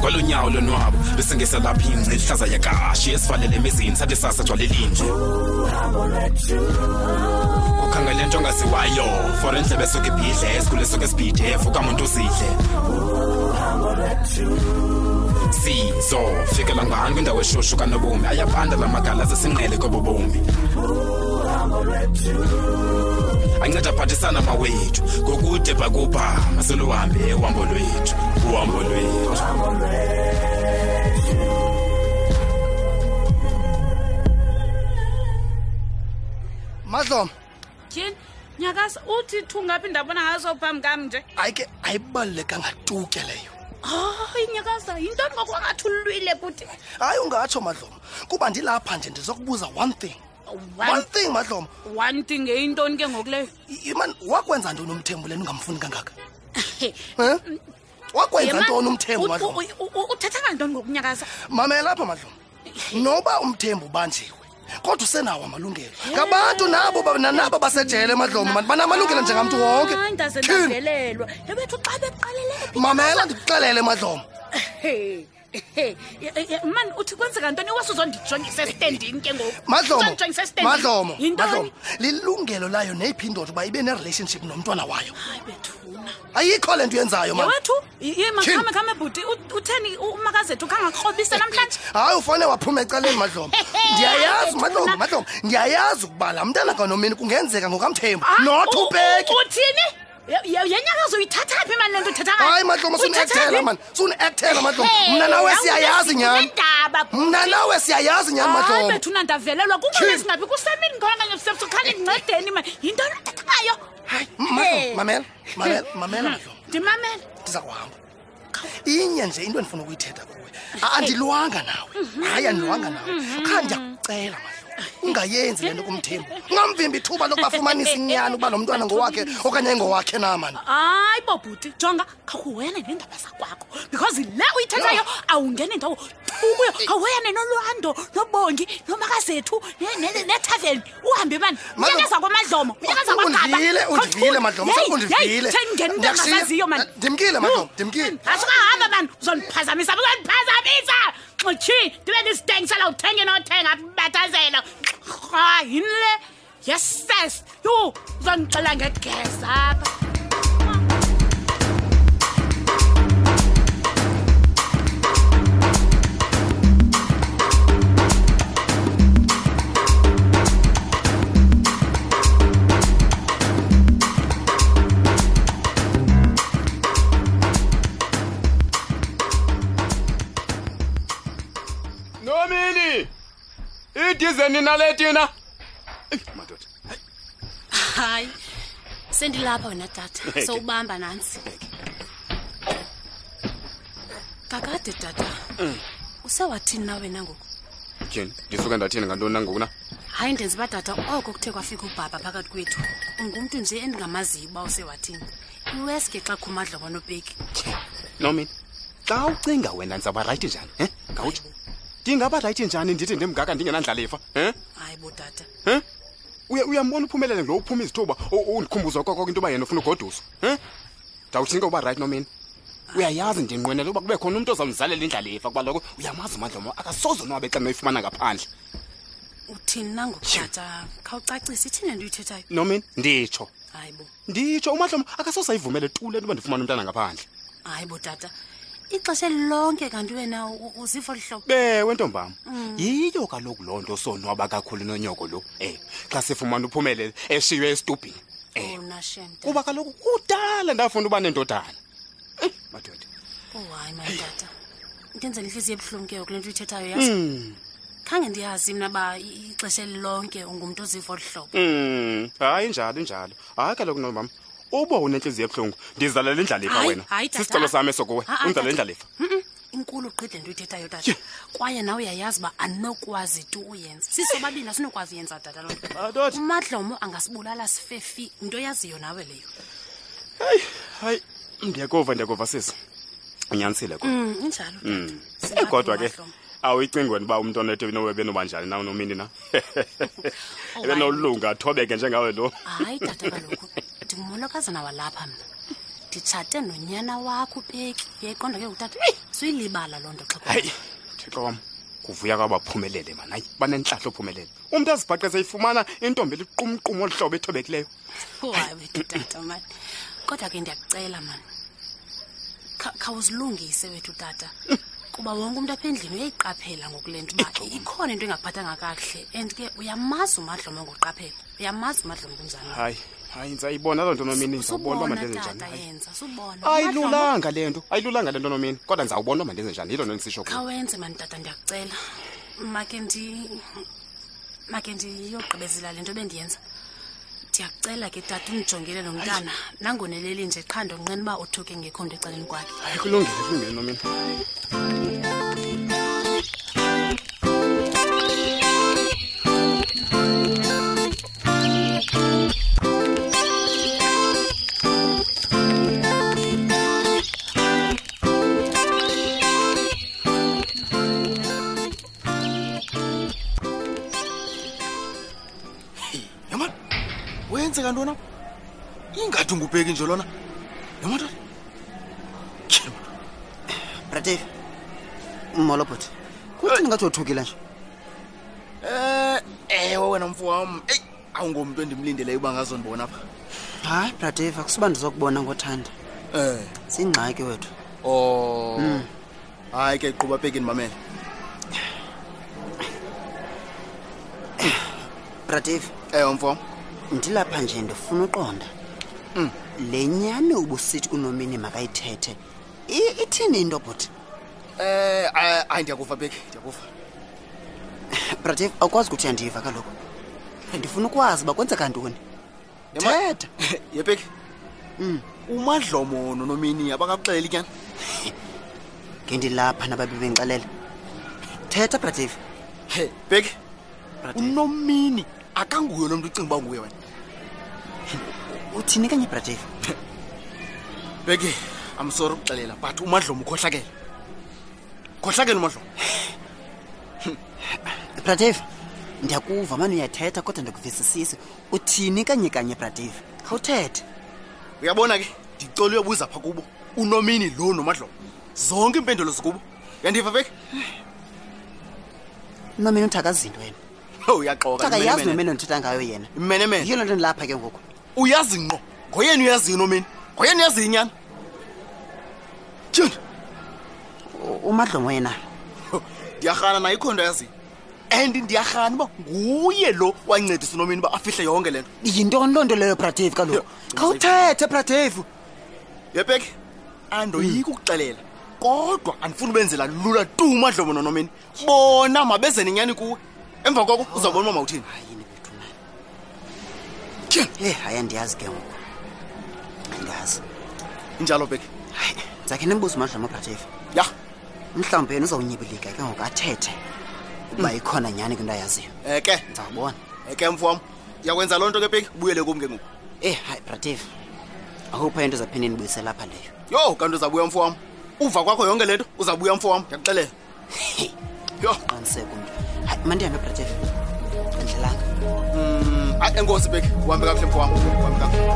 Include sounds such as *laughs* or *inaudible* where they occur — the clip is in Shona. kwalonyawo lonwabo bese ngesalapha ingci ihlaza yakashi esivalele emizini sathi sasa jwalelinje ukhangele nto ongaziwayo for endlebe esuke ibhidle esikhule esuke esibhidef ukamuntu uzidle sizo fikela ngani kwindawo eshushu kanobomi ayabanda la magala zesinqele kobobomi anceda aphathisana mawethu ngokude bhakubha maseluhambe uhambo lwethu uhambo lwethu madloma tyhini nyakasa uthi thungaphi ndabona ngaso phambi kam nje hayi ke ayibalulekanga tuke leyo hayi nyakasa yintoni ngokungathi ulwile bhuti hayi ungatsho madloma kuba ndilapha nje ndizokubuza one thing One- one thing madloma one thing eyintoni ke ngoku *laughs* leyo I- iman wakwenza ntoni umthembu le nto ungamfuni kangaka He, um wakwenza yema- ntoni umthembu u- madloma u- u- u- uthetha ngantoni ngokunyakasa mamela apha madloma noba umthembu ubanjiwe kodwa usenawo amalungelo ngabantu nabo ba- nanabo basejele madloma man- banamalungelo njengamntu wonke Hayi, ndaze Tyhini, ndavelelwa ebethu xa *laughs* beqalelela mamela ndikuxelele madloma mani uthi kwenzeka ntoni iwase uzondijongisa esitendini ke ngoku madlomo Uzondijongisa esitendini. madlomo madlomo yintoni lilungelo layo neyiphi indoda uba ibe nerelationship nomntwana wayo hayi bethuna ayikho le nto yenzayo man yewethu Tyhini. yemakhame khame bhuti u- utheni u- umakazethu kangakrobise namhlanje hayi ufane waphuma ecaleni *laughs* madlomo ndiyayazi madlomo madlomo ndiyayazi ukuba la mntana kanomini kungenzeka ngokamthembu Ah, not u- ubheki u- uthini Ye- ye- yenyakazo uyithatha phi mani le nto uthetha ngayo? hayi madlomo Uyithatha sune-ekthela phi? mani sune-ekthela madlomo Hey, mna nawe awunesi- siyayazi nyhani unendaba, bhuti. mna nawe siyayazi nyhani hayi madlomo Ah, bethu nandavelelwa Tyhini. kungonesingaphi kusemini khona sebusukhanye ndincedeni ma yintoni uthetha ngayo hayi madlomo mamela mamela mamela madlomo ndimamele ndiza kuhamba inye nje into endifuna ukuyithetha kuwe A- andilwanga nawe hayi andilwanga nawe qha ndiyakucela madlo ungayenzi le nto kumthembu ungamvimbi ithuba lokubafumanisa inyani ukuba lo mntwana ngowakhe okanye engowakhe na mani hayi bobhuti jonga khawuhoyane neendaba zakwakho because le uyithethayo awungeni ndawo ukuyo khawuhoyane nolwando nobongi nomakazethu ne- ne- ne- nethaveni uhambe mani Madlo- uyakeza kwamadlomo uyakeza undivile undivile madlomo undivile sendingeni into Ndiyakushiya. engazaziyo mani ndimkile Hmm. madlomo ndimkile asukahamba mani uzondiphazamisa uzondiphazamisa xitshi ndibe ndisidengisela uthenge nothenga bathazelo rha yini le yeses yho uzondixela ngegeza apha nomini idize nina le tina Eyi, madoda hayi sendilapha wena tata Hey, ke. sowubamba nantsi kakade tata usewathini na wena ngoku tyhini ndisuke ndathini ngantoni nangoku na hayi ndenza uba tata oko kuthe kwafika ubhabha phakathi kwethu ungumntu nje endingamaziyo uba usewathini iweske xa khumadlobo nopeki nomini xa ucinga wena ndizawuba rayithi njani em ngawutsho ndingaba rayithi njani ndithi ndimngaka ndingenandlalifa em hayi bo tata em Uya- uyambona uphumelele lo uphuma izithuba u- u- undikhumbuza kwakoko into yoba yena ufuna ugoduswa em ndawutshinike uba rayithi nomini uyayazi ndinqwenela uba kube khona umntu ozawundizalela indlalifa kuba loko uyamazi umadlomo akasoze nowabe xa noyifumana ngaphandle uthini nangoku tata khawucacise ithini le nto uyithethayo nomini nditsho hayi bo nditsho umadlomo akasosayivumele tu le nto uba ndifumane umntana ngaphandle hayi bo tata ixesha elilonke kanti wena u- u- uziva olu hlobo bewe ntombam yiyo kaloku loo nto sonwaba kakhulu nonyoko lo um xa sifumane uphumelele eshiywe esitubhini um ona shem Oh, tata. kuba kaloku kudala ndafunda uba nendodana Eh, madoda oh hayi mani tata ndenzela intliziyo ebuhlungu ke kule nto uyithethayo yazi khange ndiyazi mna uba i- ixesha elilonke ungumntu oziva olu hlobo um hayi njalo njalo hayi kaloku ntombam uba unentliziyo ebuhlungu ndizalela indlalifa Hayi, wena hayi, tata. sisicelo sam eso kuwe Ah, ah, undizalela tata. indlalifa Mm-mm, inkulu qidle nto uyithethayo tata kwaye nawe uyayazi uba andinokwazi tu uyenza sisobabini asinokwazi uyenza tata loo nto madoda umadlomo angasibulala sifefi yinto yaziyo nawe leyo hayi ndiyakuva ndiyakuva sisi unyanisile kuwe um injalo Mm. tata Eh, kodwa ke Singathi uMadlomo. awuyicingi wena uba umntu onethu nowe benoba njani na unomini *laughs* na ebenolunga athobeke njengawe lo hayi tata kaloku ndingumolokazana walapha mna nditshate nonyana wakho upeki uyayiqonda ke ngutata eyi suyilibala loo nto xa ku- hayi thixo wam kuvuya kwabaphumelele mani hayi banentlahlo ophumelele umntu azibhaqe seyifumana intombi eliqumqumo olu hlobo ethobekileyo "Oh, hayi wethu tata mani kodwa ke ndiyakucela mani Kha- khawuzilungise wethu tata kuba wonke umntu apha endlini uyayiqaphela ngokule nto uba ikhona into engaphathanga kakuhle and ke uyamazi umadlomo ngoqaphela uyamazi umadlomo kunjani hayi hayi ndizayibona loo nto nomini ndizawubona uba mandenze subona njani tata hayi. yenza subona Umadlomo- ayilulanga le nto ayilulanga le nto nomini kodwa ndizawubona uba mandenze njani yiloo nto ndisisho kuyo khawenze mani tata ndiyakucela make ndi make ndiyogqibezela le nto bendiyenza ndiyakucela ke tata undijongele lo mntana nangoneleli nje qha ndonqena uba othuke ngekho nto ecaleni kwakhe hayi kulungile kulungile nomini yamani wenzeka ntona ingathi ungubheki nje lona yamantona bratev molobot kuthini ngathi wothukile nje um ewe wena mfo wam eyi awungomntu endimlindeleyo uba ngazondibona pha hayi bratev akusuba ndizokubona ngothanda um ziingxaki wethu o Oh. hayi ke quba peki ndimamele bratev ewe mfo wam ndilapha nje ndifuna uqonda le nyani ubusithi unomini makayithethe i- ithini into bhuti um hayi ndiyakuva peki *laughs* ndiyakuva bratev awukwazi ukuthi andiva kaloku ndifuna ukwazi uba kwenzeka ntoni thetha yepeki Hmm, umadlomo nonomini abakakuxelela ityana ngendilapha nababi bendixelela thetha bratev he peki Bratev. unomini akanguyo lo mntu ucinga uba nguye wena uthini kanye bratev beki amsori ukuxelela but umadlomo ukhohlakele khohlakele umadlomo bratev ndiyakuva mani uyathetha kodwa ndikuvisisisi uthini kanye kanye bratev khawuthethe uyabona ke ndicela uyobuza pha kubo unomini lo nomadlomo zonke iimpendulo zikubo yandiva beki nomini uthakazinto wena *laughs* uyaxoka uthakayazi nomini ondithetha ngayo yena imenemene yiyo loo nto ndilapha ke ngoku uyazi ngqo ngoyena uyaziyo unomini ngoyena uyaziyo inyani tyhini U- umadlomo yena ndiyarhana nayo ikho nto yaziyo and ndiyarhana uba nguye lo wancedisa unomini uba afihle yonke le nto yintoni loo nto leyo bratev kaloku Yho, khawuthethe bratev yebeke andoyika ukuxelela kodwa andifuna ubenzela lula tu umadlomo nonomini bona mabeze nenyani kuwe emva koko uzawubona uba mawuthini yini bethu mani tyhini e hayi andiyazi ke ngoku andiyazi injalo beke hayi ndizakhe ndimbuza umadlomo bratev ya mhlawumbi yena uzawunyibilika ke ngoku athethe uba ikhona nyhani kwinto ayaziyo eke ndizawubona eke mfo wam ndiyakwenza loo nto ke beki ubuyele kum ke ngoku Eh hayi bratev akukho into ezaphinde ndibuyise lapha leyo yho kanti uzabuya mfo wam uva kwakho yonke le nto uzabuya mfo wam ndiyakuxelela *laughs* yho qiniseka umntu hayi mandihambe bratev andlelanga hayi enkosi beki uhambe kakuhle mfo wam uhambe kakuhle